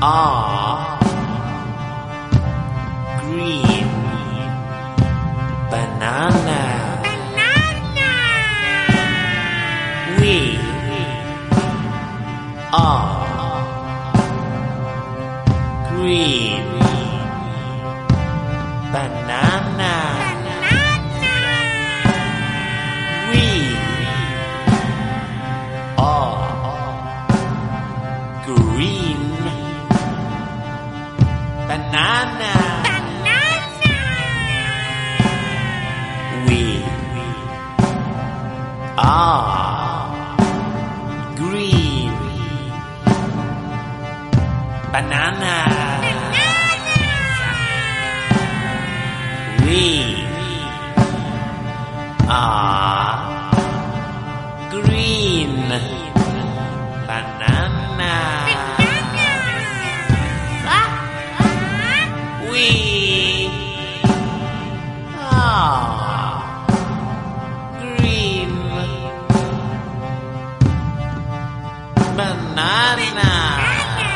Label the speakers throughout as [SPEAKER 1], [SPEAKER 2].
[SPEAKER 1] are green banana. We are green banana. We are green banana. We are green banana. We are green banana. We are green banana.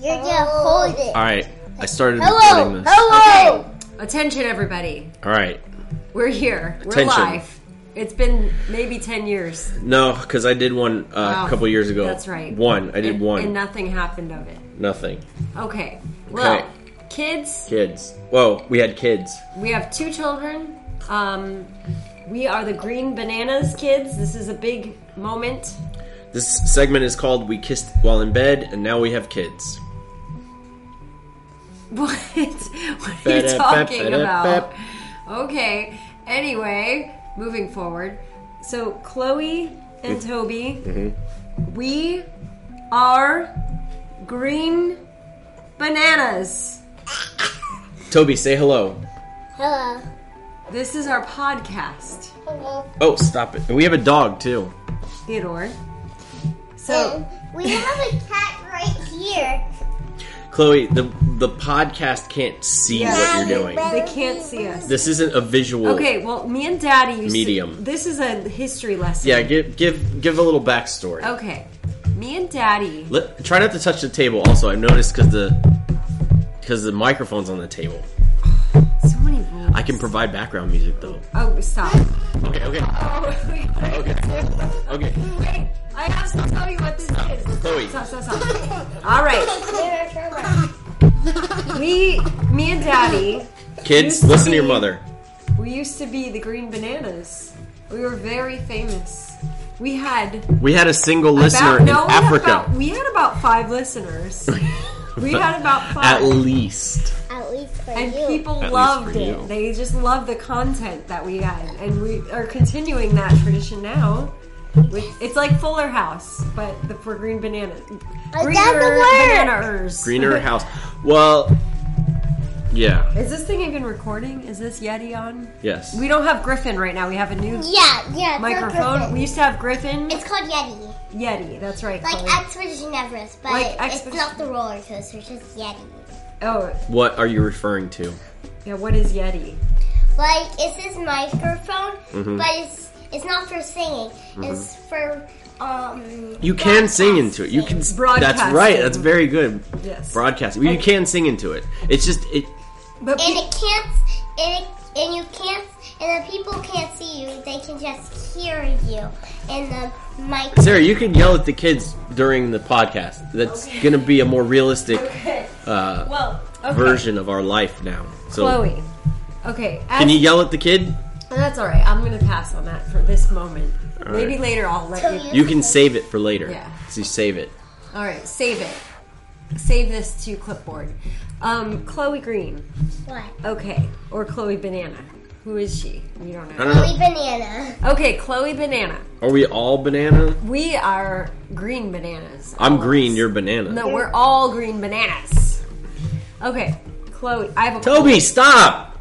[SPEAKER 2] You're gonna hold it.
[SPEAKER 3] All right, I started
[SPEAKER 2] Hello!
[SPEAKER 3] recording Oh. this.
[SPEAKER 2] Hello!
[SPEAKER 4] Attention, everybody.
[SPEAKER 3] All right,
[SPEAKER 4] We're here. We're
[SPEAKER 3] Attention.
[SPEAKER 4] live. It's been maybe 10 years.
[SPEAKER 3] no, because I did one uh,
[SPEAKER 4] Wow.
[SPEAKER 3] a couple years ago.
[SPEAKER 4] That's right.
[SPEAKER 3] One, I did
[SPEAKER 4] and,
[SPEAKER 3] one.
[SPEAKER 4] And uh, nothing happened of it.
[SPEAKER 3] Nothing.
[SPEAKER 4] Okay. Well,
[SPEAKER 3] Okay.
[SPEAKER 4] kids,
[SPEAKER 3] Kids. Whoa, we had kids.
[SPEAKER 4] we have two children. Um, we are the Green Bananas kids. This is a big moment.
[SPEAKER 3] This segment is called "We Kissed While in Bed," and now we have kids.
[SPEAKER 4] What? What are you talking about? Okay. Anyway, moving forward. So, Chloe and Toby, we are green bananas.
[SPEAKER 3] Toby, say hello.
[SPEAKER 2] Hello.
[SPEAKER 4] This is our podcast,
[SPEAKER 2] Hello.
[SPEAKER 3] Oh, stop it. And we have a dog too.
[SPEAKER 4] Theodore. So,
[SPEAKER 2] And we have a cat right here.
[SPEAKER 3] Chloe, the the podcast can't see
[SPEAKER 4] Yeah.
[SPEAKER 3] what you're doing.
[SPEAKER 4] they can't see us.
[SPEAKER 3] This isn't a visual.
[SPEAKER 4] Okay, well, me and Daddy used to-
[SPEAKER 3] Medium.
[SPEAKER 4] this is a history lesson.
[SPEAKER 3] Yeah, give give give a little backstory.
[SPEAKER 4] Okay. Me and Daddy.
[SPEAKER 3] Let, try not to touch the table. Also, I noticed because the because the microphone's on the table.
[SPEAKER 4] So many rules.
[SPEAKER 3] I can provide background music though.
[SPEAKER 4] Oh, stop.
[SPEAKER 3] Okay, okay, okay.
[SPEAKER 4] Wait, I have to tell you what this is.
[SPEAKER 3] Chloe.
[SPEAKER 4] Stop, stop, stop. All right, we, me and Daddy,
[SPEAKER 3] Kids,
[SPEAKER 4] Used to
[SPEAKER 3] listen to your
[SPEAKER 4] be-
[SPEAKER 3] mother.
[SPEAKER 4] we used to be the Green Bananas. We were very famous. We had
[SPEAKER 3] We had a single listener
[SPEAKER 4] about, no,
[SPEAKER 3] in
[SPEAKER 4] we had about-
[SPEAKER 3] Africa.
[SPEAKER 4] we had about five listeners, we had about five.
[SPEAKER 3] At least.
[SPEAKER 2] At least for
[SPEAKER 4] and
[SPEAKER 2] you.
[SPEAKER 4] people
[SPEAKER 3] At least
[SPEAKER 4] loved
[SPEAKER 3] for
[SPEAKER 4] it.
[SPEAKER 3] you.
[SPEAKER 4] They just loved the content that we had, and we are continuing that tradition now. With, it's like Fuller House, but the, for Green Bananas.
[SPEAKER 2] the
[SPEAKER 4] Greener
[SPEAKER 2] word.
[SPEAKER 4] bananas.
[SPEAKER 3] Greener house. Well, yeah,
[SPEAKER 4] Is this thing even recording? Is this Yeti on?
[SPEAKER 3] yes.
[SPEAKER 4] We don't have Griffin right now. We have a new
[SPEAKER 2] Yeah, yeah. it's
[SPEAKER 4] microphone.
[SPEAKER 2] not
[SPEAKER 4] We
[SPEAKER 2] perfect.
[SPEAKER 4] used to have Griffin.
[SPEAKER 2] It's called Yeti.
[SPEAKER 4] Yeti. That's right.
[SPEAKER 2] Like
[SPEAKER 4] Chloe.
[SPEAKER 2] Expedition Everest, but
[SPEAKER 4] Like
[SPEAKER 2] it's
[SPEAKER 4] Expedition-
[SPEAKER 2] not the roller coaster, it's just Yeti.
[SPEAKER 4] oh,
[SPEAKER 3] What are you referring to?
[SPEAKER 4] yeah. What is Yeti?
[SPEAKER 2] Like it's this microphone,
[SPEAKER 3] Mm-hmm.
[SPEAKER 2] but it's it's not for singing. It's for um.
[SPEAKER 3] You can sing into it. You can. s- That's right. That's
[SPEAKER 4] Broadcasting.
[SPEAKER 3] very good.
[SPEAKER 4] Yes.
[SPEAKER 3] Broadcasting. You can sing into it. It's just it.
[SPEAKER 4] But
[SPEAKER 2] And
[SPEAKER 4] pe-
[SPEAKER 2] it can't. And it, and you can't. And the people can't see you. They can just hear you. And the mic.
[SPEAKER 3] Sarah, you can yell at the kids during the podcast. That's
[SPEAKER 4] Okay.
[SPEAKER 3] going to be a more realistic
[SPEAKER 4] okay.
[SPEAKER 3] uh,
[SPEAKER 4] Well, okay.
[SPEAKER 3] version of our life now. So,
[SPEAKER 4] Chloe. Okay. As,
[SPEAKER 3] can you yell at the kid?
[SPEAKER 4] That's all right. I'm gonna pass on that for this moment. Maybe later I'll let you.
[SPEAKER 3] You can save it for later.
[SPEAKER 4] Yeah.
[SPEAKER 3] So you save it.
[SPEAKER 4] All right. Save it. Save this to clipboard. Um, Chloe Green.
[SPEAKER 2] What?
[SPEAKER 4] Okay. Or Chloe Banana. Who is she? We don't
[SPEAKER 3] I
[SPEAKER 4] know.
[SPEAKER 3] don't
[SPEAKER 2] Only
[SPEAKER 3] know.
[SPEAKER 2] banana.
[SPEAKER 4] Okay, Chloe Banana.
[SPEAKER 3] Are we all banana?
[SPEAKER 4] We are green bananas.
[SPEAKER 3] I'm
[SPEAKER 4] All of
[SPEAKER 3] green.
[SPEAKER 4] us.
[SPEAKER 3] You're banana.
[SPEAKER 4] No, we're all green bananas. Okay, Chloe. I have a
[SPEAKER 3] Toby, stop!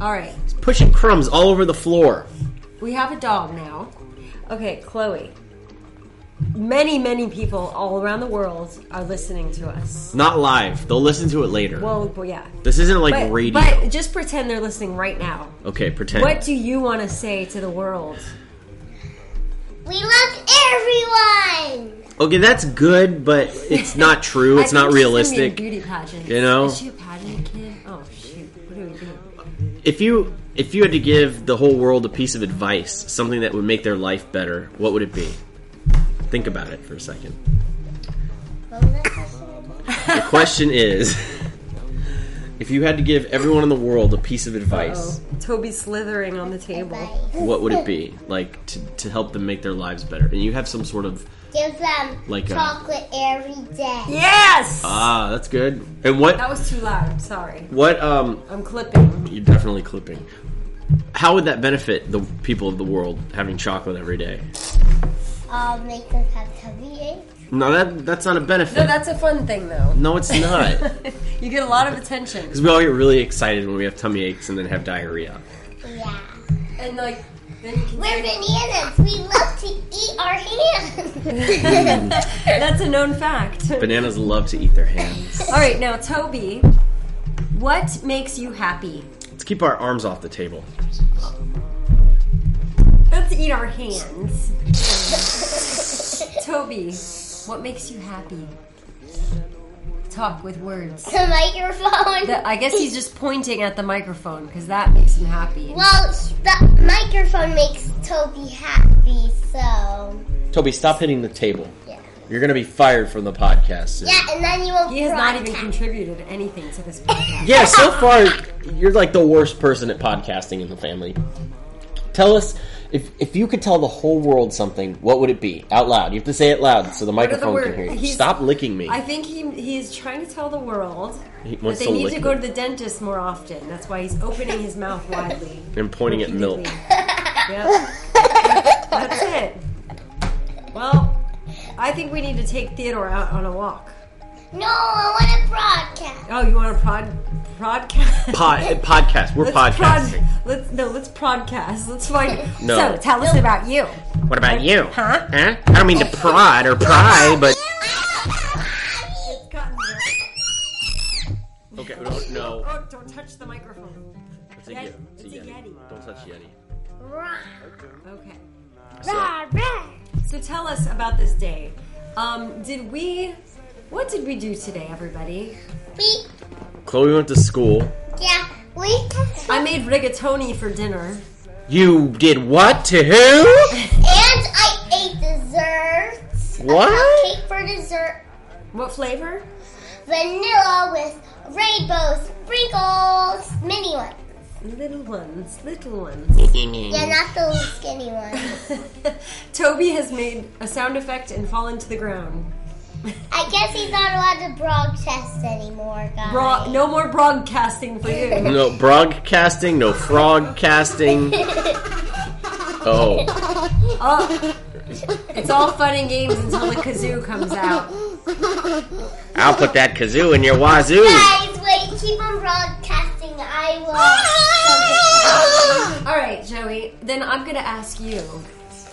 [SPEAKER 4] All right.
[SPEAKER 3] Pushing crumbs all over the floor.
[SPEAKER 4] We have a dog now. Okay, Chloe. Many, many people all around the world are listening to us.
[SPEAKER 3] Not live. They'll listen to it later.
[SPEAKER 4] Well, well, yeah.
[SPEAKER 3] this isn't like
[SPEAKER 4] But,
[SPEAKER 3] radio.
[SPEAKER 4] but just pretend they're listening right now.
[SPEAKER 3] okay, pretend.
[SPEAKER 4] What do you want to say to the world?
[SPEAKER 2] We love everyone.
[SPEAKER 3] okay, that's good, but it's not true.
[SPEAKER 4] I
[SPEAKER 3] It's
[SPEAKER 4] think she's gonna be
[SPEAKER 3] not
[SPEAKER 4] in
[SPEAKER 3] realistic.
[SPEAKER 4] Beauty pageant.
[SPEAKER 3] you know?
[SPEAKER 4] Is she a pageant kid? Oh shoot! What do we do?
[SPEAKER 3] If you if you had to give the whole world a piece of advice, something that would make their life better, what would it be? Think about it for a second.
[SPEAKER 2] What was that question again?
[SPEAKER 3] The question is if you had to give everyone in the world a piece of advice,
[SPEAKER 4] Oh, Toby's slithering on the table.
[SPEAKER 2] Advice.
[SPEAKER 3] what would it be? Like to, to help them make their lives better. And you have some sort of
[SPEAKER 2] Give them
[SPEAKER 3] Like a-
[SPEAKER 2] chocolate every day.
[SPEAKER 4] Yes.
[SPEAKER 3] ah, that's good. And what
[SPEAKER 4] that was too loud. I'm sorry.
[SPEAKER 3] what um
[SPEAKER 4] I'm clipping.
[SPEAKER 3] you're definitely clipping. How would that benefit the people of the world having chocolate every day?
[SPEAKER 2] I'll make them have tummy aches.
[SPEAKER 3] No, that that's not a benefit.
[SPEAKER 4] No, that's a fun thing though.
[SPEAKER 3] No, it's not.
[SPEAKER 4] you get a lot of attention.
[SPEAKER 3] Because we all get really excited when we have tummy aches and then have diarrhea.
[SPEAKER 2] Yeah.
[SPEAKER 4] And like, then you can
[SPEAKER 2] We're
[SPEAKER 4] say,
[SPEAKER 2] bananas. We love to eat our hands.
[SPEAKER 4] that's a known fact.
[SPEAKER 3] Bananas love to eat their hands.
[SPEAKER 4] All right, now Toby, what makes you happy?
[SPEAKER 3] Let's keep our arms off the table.
[SPEAKER 4] Let's eat our hands. Toby, what makes you happy? Talk with words.
[SPEAKER 2] the microphone.
[SPEAKER 4] The- I guess he's just pointing at the microphone because that makes him happy.
[SPEAKER 2] well, the microphone makes Toby happy, so
[SPEAKER 3] Toby, stop hitting the table.
[SPEAKER 2] yeah.
[SPEAKER 3] You're gonna be fired from the podcast. soon.
[SPEAKER 2] Yeah, and then you will.
[SPEAKER 4] He has not even
[SPEAKER 2] broadcast.
[SPEAKER 4] contributed anything to this podcast.
[SPEAKER 3] Yeah, so far you're like the worst person at podcasting in the family. Tell us if if you could tell the whole world something, what would it be? Out loud. You have to say it loud so the
[SPEAKER 4] are the
[SPEAKER 3] microphone can
[SPEAKER 4] words?
[SPEAKER 3] hear you.
[SPEAKER 4] He's-
[SPEAKER 3] Stop licking me.
[SPEAKER 4] I think he he's trying to tell the world
[SPEAKER 3] he
[SPEAKER 4] that
[SPEAKER 3] wants
[SPEAKER 4] they
[SPEAKER 3] to
[SPEAKER 4] need
[SPEAKER 3] lick
[SPEAKER 4] to go
[SPEAKER 3] me.
[SPEAKER 4] to the dentist more often. That's why he's opening his mouth widely.
[SPEAKER 3] I'm pointing at milk.
[SPEAKER 4] Yep. That's it. Well, I think we need to take Theodore out on a walk.
[SPEAKER 2] No, I want to broadcast.
[SPEAKER 4] Oh, you want to prod podcast?
[SPEAKER 3] Pod, podcast. We're
[SPEAKER 4] Let's prod-
[SPEAKER 3] podcasting.
[SPEAKER 4] let's no, let's podcast. Let's find.
[SPEAKER 3] No.
[SPEAKER 4] So tell us about you.
[SPEAKER 3] What about you?
[SPEAKER 4] Huh?
[SPEAKER 3] Huh? I don't mean to prod or pry, but
[SPEAKER 4] It's gotten worse.
[SPEAKER 3] okay. No, no.
[SPEAKER 4] Oh, don't touch the microphone.
[SPEAKER 3] It's a,
[SPEAKER 4] Yeti.
[SPEAKER 3] Yeti. It's a
[SPEAKER 4] It's a
[SPEAKER 3] Yeti.
[SPEAKER 4] Yeti.
[SPEAKER 3] Don't touch Yeti.
[SPEAKER 2] Rah,
[SPEAKER 4] Okay.
[SPEAKER 2] rah, rah.
[SPEAKER 4] So tell us about this day. Um, did we? What did we do today, everybody?
[SPEAKER 2] We,
[SPEAKER 3] Chloe went to school.
[SPEAKER 2] yeah, we.
[SPEAKER 4] I made rigatoni for dinner.
[SPEAKER 3] You did what to who?
[SPEAKER 2] And I ate desserts.
[SPEAKER 3] What?
[SPEAKER 2] A cupcake for dessert.
[SPEAKER 4] What flavor?
[SPEAKER 2] vanilla with rainbow sprinkles. Mini one.
[SPEAKER 4] Little ones, little ones.
[SPEAKER 2] Yeah, not the skinny one.
[SPEAKER 4] Toby has made a sound effect and fallen to the ground.
[SPEAKER 2] I guess he's not allowed to broadcast anymore, guys.
[SPEAKER 4] Bro- no more broadcasting for you.
[SPEAKER 3] No broadcasting. No frog casting. Oh.
[SPEAKER 4] Oh, it's all fun and games until the kazoo comes out.
[SPEAKER 3] I'll put that kazoo in your wazoo.
[SPEAKER 2] Guys, wait, keep on broadcasting. I will.
[SPEAKER 4] All right, Joey. Then I'm gonna ask you,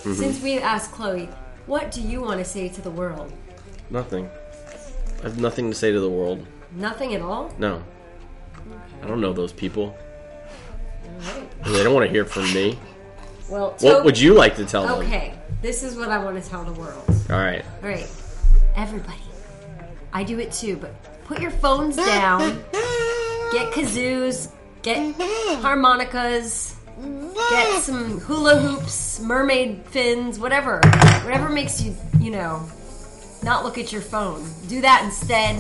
[SPEAKER 3] Mm-hmm.
[SPEAKER 4] since we asked Chloe, what do you want to say to the world?
[SPEAKER 3] Nothing. I have nothing to say to the world.
[SPEAKER 4] Nothing at all.
[SPEAKER 3] No. I don't know those people.
[SPEAKER 4] Alright.
[SPEAKER 3] They don't want to hear from me.
[SPEAKER 4] Well,
[SPEAKER 3] What
[SPEAKER 4] Toby-
[SPEAKER 3] would you like to tell them?
[SPEAKER 4] Okay, this is what I want to tell the world.
[SPEAKER 3] All right.
[SPEAKER 4] All right, everybody. I do it too, but put your phones down. Get kazoos. Get harmonicas. Get some hula hoops, mermaid fins, whatever. Whatever makes you, you know, not look at your phone. Do that instead.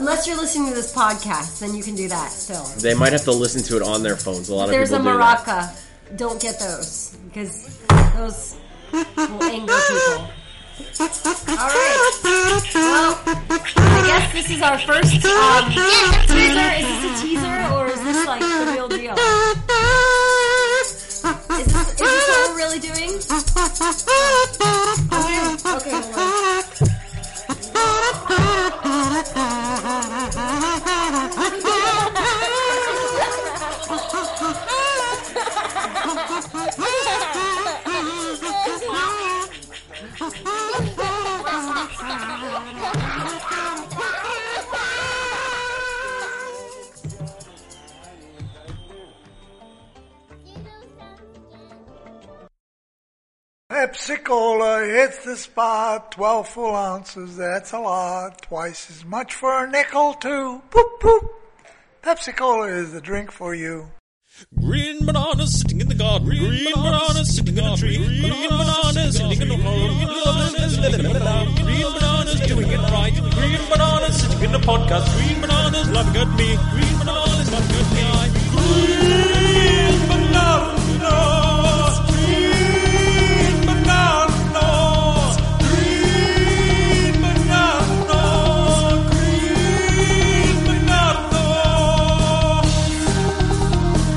[SPEAKER 4] Unless you're listening to this podcast, then you can do that still.
[SPEAKER 3] They might have to listen to it on their phones. A lot of
[SPEAKER 4] There's a
[SPEAKER 3] people do that.
[SPEAKER 4] maraca. Don't get those because those will anger people. All right. Well, I guess this is our first um, teaser. Is this a teaser or is this like the real deal? Is this, is this what we're really doing? Okay. Okay. hold on.
[SPEAKER 2] You know something?
[SPEAKER 5] Pepsi Cola hits the spot. Twelve full ounces, that's a lot. Twice as much for a nickel, too. Poop, poop. Pepsi Cola is the drink for you.
[SPEAKER 6] Green bananas sitting in the garden. Green, bananas sitting in a tree. Green, bananas sitting in a hole. Green bananas doing it right. Green bananas sitting in a podcast. Green bananas laughing at me. Green bananas laughing at me. Green bananas. Green bananas. Green bananas. Green bananas. Green. Green banana.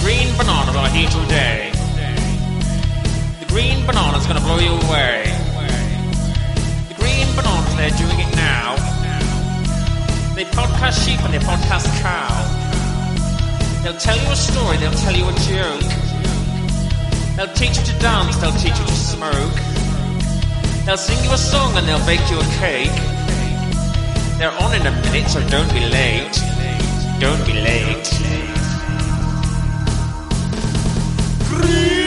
[SPEAKER 1] Green bananas are here today. The green banana's gonna blow you away. The green bananas, they're doing it now. They podcast sheep and they podcast cow. They'll tell you a story, they'll tell you a joke. They'll teach you to dance, they'll teach you to smoke. They'll sing you a song and they'll bake you a cake. They're on in a minute, so don't be late. Don't be late.
[SPEAKER 6] Green